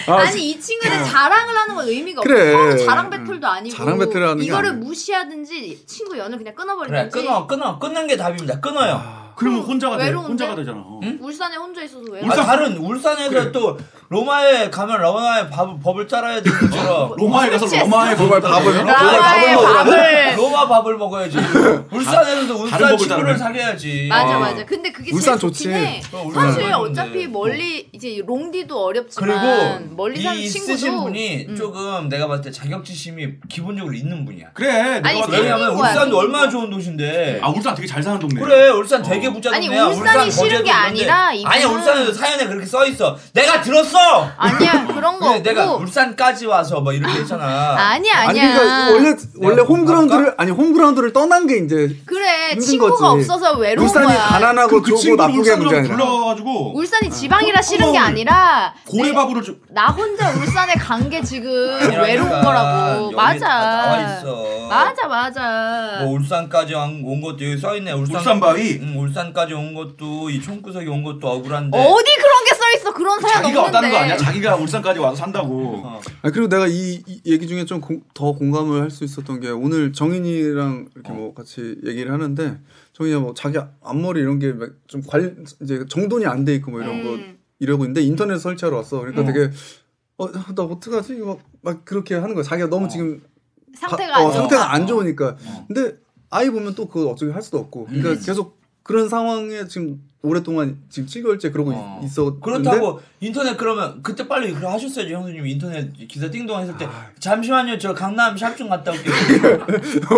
Speaker 2: 아니 이 친구는 자랑을 하는 건 의미가
Speaker 3: 그래. 음.
Speaker 2: 없어. 서로 자랑 배틀도 아니고
Speaker 3: 자랑 배틀을 하는 게
Speaker 2: 이거를
Speaker 3: 아니야.
Speaker 2: 무시하든지 친구 연을 그냥
Speaker 6: 그래
Speaker 2: 끊어버리든지.
Speaker 6: 끊어
Speaker 2: 아,
Speaker 6: 끊어 끊는 게 답입니다. 끊어요. 아,
Speaker 5: 그러면 혼자가 돼.
Speaker 2: 외로운데?
Speaker 5: 혼자가 되잖아. 어.
Speaker 6: 응?
Speaker 2: 울산에 혼자 있어서 왜?
Speaker 6: 아, 다른 울산에서 또 로마에 가면 로마의 밥, 법을 따라야 되는
Speaker 2: (laughs)
Speaker 6: 것처럼
Speaker 5: 로마에 뭐 가서
Speaker 2: 취했어.
Speaker 5: 로마의 법을
Speaker 3: 밥을
Speaker 2: 나라의 밥을
Speaker 6: 로마 밥을 먹어야지. 울산에서도
Speaker 5: 다른
Speaker 6: 울산
Speaker 5: 법을
Speaker 6: 친구를
Speaker 5: 따르네.
Speaker 6: 사귀어야지.
Speaker 2: 맞아 맞아. 근데 그게
Speaker 3: 울산
Speaker 2: 제일 좋긴
Speaker 3: 좋지.
Speaker 2: 해.
Speaker 6: 어, 울산
Speaker 2: 사실
Speaker 6: 좋은데.
Speaker 2: 어차피 멀리 이제 롱디도 어렵지만
Speaker 6: 그리고
Speaker 2: 멀리 사는
Speaker 6: 이 쓰신
Speaker 2: 친구도
Speaker 6: 분이
Speaker 2: 음.
Speaker 6: 조금 내가 봤을 때 자격지심이 기본적으로 있는 분이야.
Speaker 5: 그래.
Speaker 2: 아니,
Speaker 5: 내가
Speaker 2: 생긴
Speaker 6: 왜냐면
Speaker 2: 거야,
Speaker 6: 울산도
Speaker 2: 생긴
Speaker 6: 얼마나
Speaker 2: 거.
Speaker 6: 좋은 도시인데.
Speaker 5: 아 울산 되게 잘 사는 동네.
Speaker 6: 그래 어. 울산 되게 부자
Speaker 2: 아니,
Speaker 6: 동네야.
Speaker 2: 울산이 싫은
Speaker 6: 거제도 이런데.
Speaker 2: 게 아니라 이분은-
Speaker 6: 아니 울산에도 사연에 그렇게 써 있어. 내가 들었어.
Speaker 2: 아니야 그런 거
Speaker 6: (laughs) 근데 내가
Speaker 2: 없고
Speaker 6: 울산까지 와서 뭐 이렇게 했잖아.
Speaker 2: 아니야
Speaker 3: 아니
Speaker 2: 아니야.
Speaker 3: 그러니까 원래 원래
Speaker 6: 내가
Speaker 3: 홈그라운드를 아니 홈그라운드를 떠난 게 이제
Speaker 2: 그래
Speaker 3: 힘든
Speaker 2: 친구가
Speaker 3: 거지.
Speaker 2: 없어서 외로운
Speaker 3: 울산이
Speaker 2: 거야.
Speaker 3: 가난하고
Speaker 5: 그, 그
Speaker 3: 좁고
Speaker 5: 친구를
Speaker 3: 나쁘게 한 문제
Speaker 5: 울산으로
Speaker 3: 아니라
Speaker 5: 불러가지고
Speaker 2: 울산이 지방이라 싫은 게
Speaker 5: 고마워.
Speaker 2: 아니라
Speaker 5: 고래밥으로 좀
Speaker 2: 내- 나 혼자 울산에 간 게 지금
Speaker 6: 아니라니까. 그러니까
Speaker 2: 외로운 거라고.
Speaker 6: 여기
Speaker 2: 맞아.
Speaker 6: 다 나와 있어.
Speaker 2: 맞아 맞아.
Speaker 6: 뭐 울산까지 온- 온 것도 여기 써 있네. 울산
Speaker 5: 울산바위.
Speaker 6: 응, 울산까지 온 것도 이 총구석에 온 것도 억울한데.
Speaker 2: 어디 그런 게 써 있어 그런 사연
Speaker 5: 자기가
Speaker 2: 없는데.
Speaker 5: 왔다는 거 아니야? 자기가 울산까지 와서 산다고.
Speaker 6: 어.
Speaker 3: 아 그리고 내가 이, 이 얘기 중에 좀 더 공감을 할 수 있었던 게 오늘 정인이랑 이렇게
Speaker 5: 어.
Speaker 3: 뭐 같이 얘기를 하는데 정인이가 뭐 자기 앞머리 이런 게 좀관 이제 정돈이 안 돼 있고 뭐 이런 거
Speaker 2: 음.
Speaker 3: 이러고 있는데 인터넷 설치하러 왔어. 그러니까 되게 어 나 어떡하지 막, 막 그렇게 하는 거야. 자기가 너무
Speaker 6: 어.
Speaker 3: 지금 가-
Speaker 2: 상태가
Speaker 3: 어,
Speaker 2: 안 좋아.
Speaker 3: 상태가 안 좋으니까.
Speaker 6: 어.
Speaker 3: 근데 아이 보면 또 그거 어떻게 할 수도 없고. 그러니까
Speaker 6: 음.
Speaker 3: 계속 그런 상황에 지금 오랫동안 지금 7개월째 그러고
Speaker 6: 어.
Speaker 3: 있, 었는데
Speaker 6: 그렇다고 인터넷 그러면 그때 빨리 그걸 하셨어야지 형수님 인터넷 기사 띵동 했을 때 잠시만요 저 강남 샵 좀 갔다
Speaker 2: (laughs)
Speaker 6: 올게요
Speaker 3: (laughs)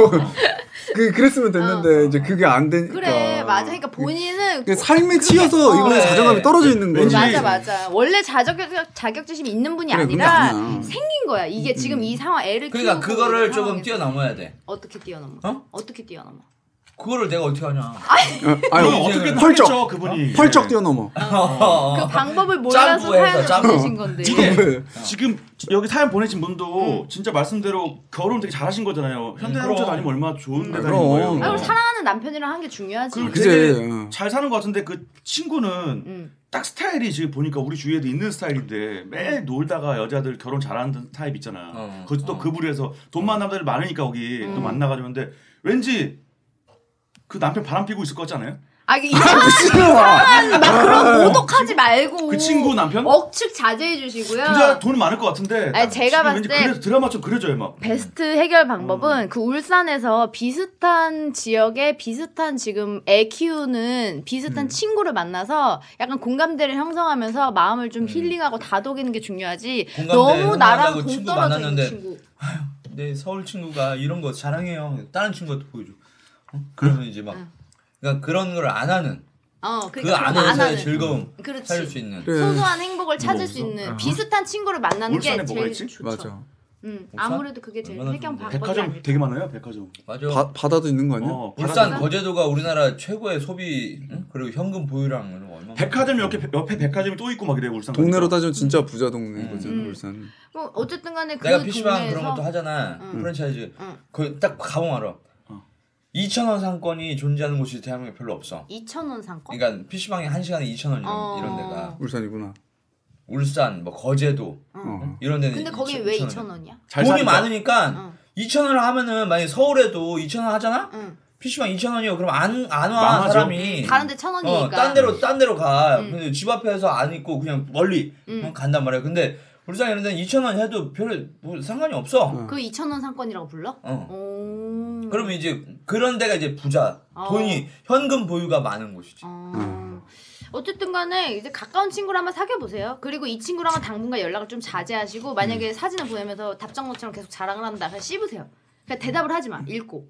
Speaker 3: 그 그랬으면 됐는데 이제 그게 안 되니까.
Speaker 2: 어, 그래 맞아. 그러니까 본인은
Speaker 3: 그러니까 삶에 치여서
Speaker 2: 어.
Speaker 3: 이번에 자존감이 떨어져 있는 거지.
Speaker 5: 네. 왠지
Speaker 2: 맞아 맞아. 원래 자격 자격지심이 있는 분이
Speaker 3: 그래, 그러니까. 음. 그런 게
Speaker 2: 아니라 (laughs)
Speaker 3: 아니야.
Speaker 2: 생긴 거야. 이게 지금 이 상황 애를
Speaker 6: 그러니까
Speaker 2: 키우고
Speaker 6: 그거를
Speaker 2: 있는
Speaker 6: 조금
Speaker 2: 상황에서.
Speaker 6: 뛰어넘어야 돼
Speaker 2: 어떻게 뛰어넘어?
Speaker 6: 어?
Speaker 2: 어떻게 뛰어넘어?
Speaker 6: 그거를 내가 어떻게 하냐
Speaker 3: 어, 아유
Speaker 5: 그럼 어떻게든
Speaker 3: 펄쩍
Speaker 5: 하겠죠, 음. 네. 그분이.
Speaker 3: 펄쩍 뛰어넘어.
Speaker 2: 그 방법을 몰라서
Speaker 6: 짬뽕해서,
Speaker 2: 사연을
Speaker 6: 짬뽕.
Speaker 2: 보내신 건데.
Speaker 5: (laughs)
Speaker 3: 네.
Speaker 5: 이게 어. 지금 여기 사연 보내신 분도
Speaker 2: 음.
Speaker 5: 진짜 말씀대로 결혼 되게 잘하신 거잖아요. 현대형제
Speaker 6: 그럼.
Speaker 5: 다니면 얼마나 좋은 데
Speaker 3: 아,
Speaker 5: 다니는
Speaker 3: 그럼.
Speaker 5: 거예요.
Speaker 6: 어.
Speaker 2: 아, 그럼 사랑하는 남편이랑 한 게 중요하지.
Speaker 5: 그럼
Speaker 3: 그제, 어,
Speaker 5: 되게
Speaker 3: 응.
Speaker 5: 잘 사는 것 같은데 그 친구는
Speaker 2: 음.
Speaker 5: 딱 스타일이 지금 보니까 우리 주위에도 있는 스타일인데 매일 놀다가 여자들 결혼 잘하는 타입 있잖아.
Speaker 6: 어,
Speaker 5: 거기
Speaker 6: 어.
Speaker 5: 또 그 부류에서 돈 많은 남자들 많으니까 거기 또
Speaker 2: 음.
Speaker 5: 만나가지고 근데 왠지 그 남편 바람 피고 있을 것 같지 않아요?
Speaker 2: 아 이게 이상한
Speaker 6: 아.
Speaker 2: 막 그런 오독하지 말고.
Speaker 5: 그 친구 남편?
Speaker 2: 억측 자제해 주시고요.
Speaker 6: 그
Speaker 5: 부자 돈 많을 것 같은데
Speaker 2: 어. 아니, 제가
Speaker 5: 지금
Speaker 2: 봤을
Speaker 5: 왠지
Speaker 2: 때-
Speaker 5: 그래, 드라마 좀 그려져요 막.
Speaker 2: 베스트 해결 방법은
Speaker 6: 음.
Speaker 2: 그 울산에서 비슷한 지역에 비슷한 지금 애 키우는 비슷한
Speaker 6: 음.
Speaker 2: 친구를 만나서 약간 공감대를 형성하면서 마음을 좀 힐링하고 다독이는 게 중요하지.
Speaker 6: 공감대
Speaker 2: 너무 나랑
Speaker 6: 형성하고
Speaker 2: 동
Speaker 6: 친구
Speaker 2: 떨어져 있는
Speaker 6: 만났는데
Speaker 2: 친구.
Speaker 6: (laughs) 내 서울 친구가 이런 거 자랑해요 다른 친구한테 보여줘 어? 그러면 이제 막
Speaker 2: 응.
Speaker 6: 그러니까 그런 걸 안 하는
Speaker 2: 어,
Speaker 6: 그
Speaker 2: 그러니까 그거 안
Speaker 6: 안에서의
Speaker 2: 하는.
Speaker 6: 즐거움
Speaker 2: 그렇지.
Speaker 6: 살릴 수 있는
Speaker 3: 그래.
Speaker 2: 소소한 행복을
Speaker 6: 뭐
Speaker 2: 찾을 수 있는
Speaker 6: 아.
Speaker 2: 비슷한 친구를 만나는 게
Speaker 5: 울산에 뭐가
Speaker 2: 제일
Speaker 5: 있지?
Speaker 2: 좋죠.
Speaker 3: 맞아.
Speaker 2: 음,
Speaker 6: 울산?
Speaker 2: 아무래도 그게 제일
Speaker 6: 얼마나
Speaker 2: 해결
Speaker 6: 좋은데.
Speaker 2: 방법이
Speaker 5: 백화점
Speaker 2: 아닐까.
Speaker 5: 되게 많아요 백화점.
Speaker 6: 맞아
Speaker 3: 바, 바다도 있는 거 아니야?
Speaker 5: 어,
Speaker 6: 울산
Speaker 5: 바다도-
Speaker 6: 거제도가 우리나라 최고의 소비 응? 그리고 현금 보유량 이런 거 얼마
Speaker 5: 백화점 옆에 옆에 백화점이 또 있고 막 이래 울산.
Speaker 3: 동네로
Speaker 5: 가니까.
Speaker 3: 따지면 진짜 부자 동네 거지
Speaker 2: 음.
Speaker 3: 울산.
Speaker 2: 뭐 어쨌든 간에 그
Speaker 6: 내가 PC방 그런 것도
Speaker 2: 동네에서
Speaker 6: 하잖아.
Speaker 2: 응.
Speaker 6: 프랜차이즈.
Speaker 2: 응.
Speaker 6: 거기 딱 가보면 알아.
Speaker 5: 어.
Speaker 6: 2,000원 상권이 존재하는 곳이 대한민국에 별로 없어.
Speaker 2: 2,000원 상권?
Speaker 6: 그러니까 PC방에 1시간에 2,000원 이런,
Speaker 2: 어.
Speaker 6: 이런 데가.
Speaker 3: 울산이구나.
Speaker 6: 울산, 뭐 거제도
Speaker 3: 어.
Speaker 6: 이런 데는
Speaker 2: 근데 거기
Speaker 6: 2,000-
Speaker 2: 왜
Speaker 6: 2,000원 이야.
Speaker 2: 2,000원이야?
Speaker 5: 잘
Speaker 6: 돈이
Speaker 5: 사니까.
Speaker 6: 많으니까
Speaker 2: 응.
Speaker 6: 2,000원을 하면은 만약에 서울에도 2,000원 하잖아?
Speaker 2: 응.
Speaker 6: PC방 2,000원이요. 그럼 안, 안 와,
Speaker 5: 망하죠.
Speaker 6: 사람이.
Speaker 2: 다른 데 1,000원이니까.
Speaker 6: 어, 딴 데로 딴 데로 가.
Speaker 2: 그러니까. 음.
Speaker 6: 근데 집 앞에서 안 있고 그냥 멀리 그냥 간단 말이야. 근데 울산 이런 데는 2,000원 해도 별로 뭐 상관이 없어.
Speaker 5: 음.
Speaker 3: 응.
Speaker 2: 그 2,000원 상권이라고 불러?
Speaker 6: 어.
Speaker 2: 오.
Speaker 6: 그러면 이제 그런 데가 이제 부자
Speaker 2: 어.
Speaker 6: 돈이 현금 보유가 많은 곳이지.
Speaker 2: 어. 어쨌든 간에 이제 가까운 친구랑 한번 사귀어 보세요. 그리고 이 친구랑은 당분간 연락을 좀 자제하시고
Speaker 6: 음.
Speaker 2: 만약에 사진을 보내면서 답장문처럼 계속 자랑을 한다. 그냥 씹으세요. 그냥 대답을 하지 마. 읽고.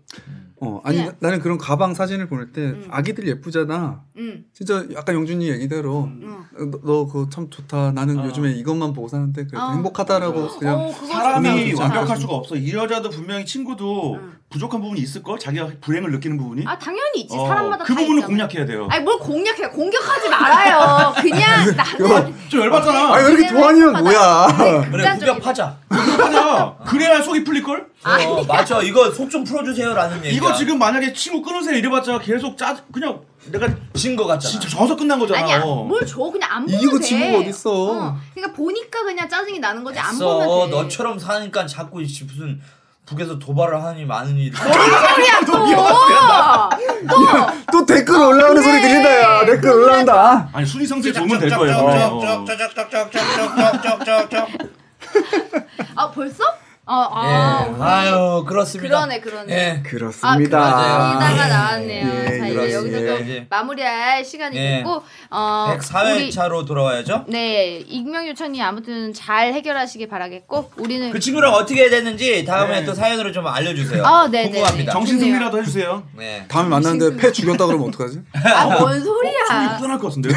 Speaker 3: 어, 아니
Speaker 2: 그냥-
Speaker 3: 나, 는 그런 가방 사진을 보낼 때
Speaker 2: 네. 음.
Speaker 3: 아기들 예쁘잖아.
Speaker 2: 음.
Speaker 3: 진짜 약간 영준이 얘기대로 어,
Speaker 2: 음.
Speaker 3: 너, 너 그거 참 좋다. 나는
Speaker 5: 어.
Speaker 3: 요즘에 이것만 보고 사는데 그래도
Speaker 2: 어.
Speaker 3: 행복하다라고 그냥
Speaker 2: 어, 그거
Speaker 5: 사람이
Speaker 3: 그냥
Speaker 2: 좋다.
Speaker 5: 완벽할 수가 없어. 이 여자도 분명히 친구도
Speaker 2: 응.
Speaker 5: 부족한 부분이 있을 걸. 자기가 불행을 느끼는 부분이.
Speaker 2: 아 당연히 있지.
Speaker 5: 어,
Speaker 2: 사람마다
Speaker 5: 그
Speaker 2: 다
Speaker 5: 부분을
Speaker 2: 있잖아.
Speaker 5: 공략해야 돼요.
Speaker 2: 아니 뭘 공략해? 공격하지 말아요. 그냥 나는
Speaker 5: 좀 열받잖아.
Speaker 3: 아니 왜 이렇게
Speaker 2: 그래도
Speaker 3: 도안이면
Speaker 2: 어. 행복하다.
Speaker 3: 뭐야?
Speaker 6: 그래
Speaker 2: 극단적이다.
Speaker 6: 구격하자.
Speaker 5: 맞아. 그래야 속이 풀릴 걸.
Speaker 6: 어, (laughs) 맞아. 이거 속 좀 풀어주세요라는
Speaker 3: 예,
Speaker 6: 얘기.
Speaker 3: 그러니까.
Speaker 5: 이거 지금 만약에 친구 끊으세요 이래봤자 계속 짜 그냥 내가
Speaker 6: 진거 같잖아.
Speaker 5: 진짜 져서 끝난 거잖아.
Speaker 2: 아니야
Speaker 5: 어.
Speaker 2: 뭘 줘 그냥 안 보면
Speaker 3: 이기고
Speaker 2: 돼.
Speaker 3: 지구가 어딨어.
Speaker 2: 어, 그러니까 보니까 그냥 짜증이 나는 거지 안
Speaker 6: 됐어.
Speaker 2: 보면 돼.
Speaker 6: 너처럼 사니까 자꾸 이씨 무슨 북에서 도발을 하니 많은 일이
Speaker 5: 어,
Speaker 2: 소리야 또. 또.
Speaker 3: 또 댓글
Speaker 2: 어,
Speaker 3: 올라오는
Speaker 2: 네.
Speaker 3: 소리 들린다 야 댓글 올라온다
Speaker 5: 아니 순위 상태 보면 될 거예요. 그러면. 어.
Speaker 4: 쩍쩍쩍쩍쩍쩍쩍쩍쩍쩍쩍쩍쩍
Speaker 2: 아 벌써? 아,
Speaker 6: 예.
Speaker 2: 아 우리-
Speaker 6: 아유 그렇습니다.
Speaker 2: 그러네 그러네.
Speaker 6: 예.
Speaker 3: 그렇습니다
Speaker 6: 아,
Speaker 2: 이다가
Speaker 6: 예,
Speaker 2: 나왔네요.
Speaker 3: 예,
Speaker 2: 자 이제
Speaker 6: 그렇습니다.
Speaker 2: 여기서 또
Speaker 6: 예.
Speaker 2: 마무리할 시간이
Speaker 6: 예.
Speaker 2: 됐고 어
Speaker 6: 104회차로 돌아와야죠.
Speaker 2: 우리 네 익명 요청님 아무튼 잘 해결하시길 바라겠고 우리는
Speaker 6: 그 친구랑 어떻게 해야 되는지 다음에
Speaker 5: 네.
Speaker 6: 또 사연으로 좀 알려주세요.
Speaker 2: 아, 네, 네,
Speaker 6: 궁금합니다.
Speaker 2: 네.
Speaker 5: 정신 승리라도 해주세요.
Speaker 6: 네.
Speaker 3: 다음에 만났는데 폐 죽였다 그러면 어떡하지?
Speaker 2: 아뭔
Speaker 5: 좀
Speaker 2: 소리야?
Speaker 5: 불편할 것 같은데.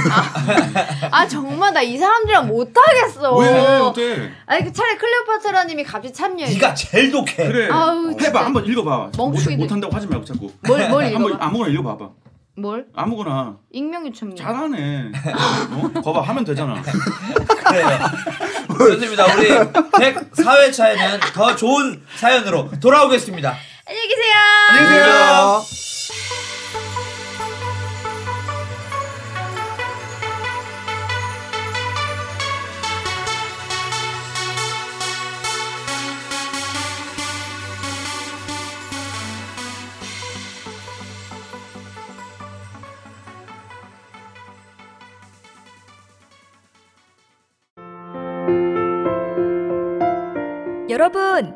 Speaker 2: 아 정말 나 이 사람들이랑 못하겠어.
Speaker 5: 왜 어때?
Speaker 2: 아니 그 차라리 클레오파트라님이 같이 참여해.
Speaker 6: 네가 제일 독해.
Speaker 5: 그래.
Speaker 2: 아우, 진짜.
Speaker 5: 해봐 한번 읽어봐.
Speaker 2: 멍청이네.
Speaker 5: 못, 한다고 하지 말고 자꾸.
Speaker 2: 뭘, 뭘
Speaker 5: 한번
Speaker 2: 읽어봐.
Speaker 5: 아무거나 읽어봐봐.
Speaker 2: 뭘?
Speaker 5: 아무거나
Speaker 2: 익명 요청님.
Speaker 5: 잘하네. 어? 거봐 하면 되잖아.
Speaker 6: 그래요. 좋습니다. 우리 104회차에는 더 좋은 사연으로 돌아오겠습니다.
Speaker 2: 안녕히 계세요.
Speaker 6: 안녕.
Speaker 7: 여러분,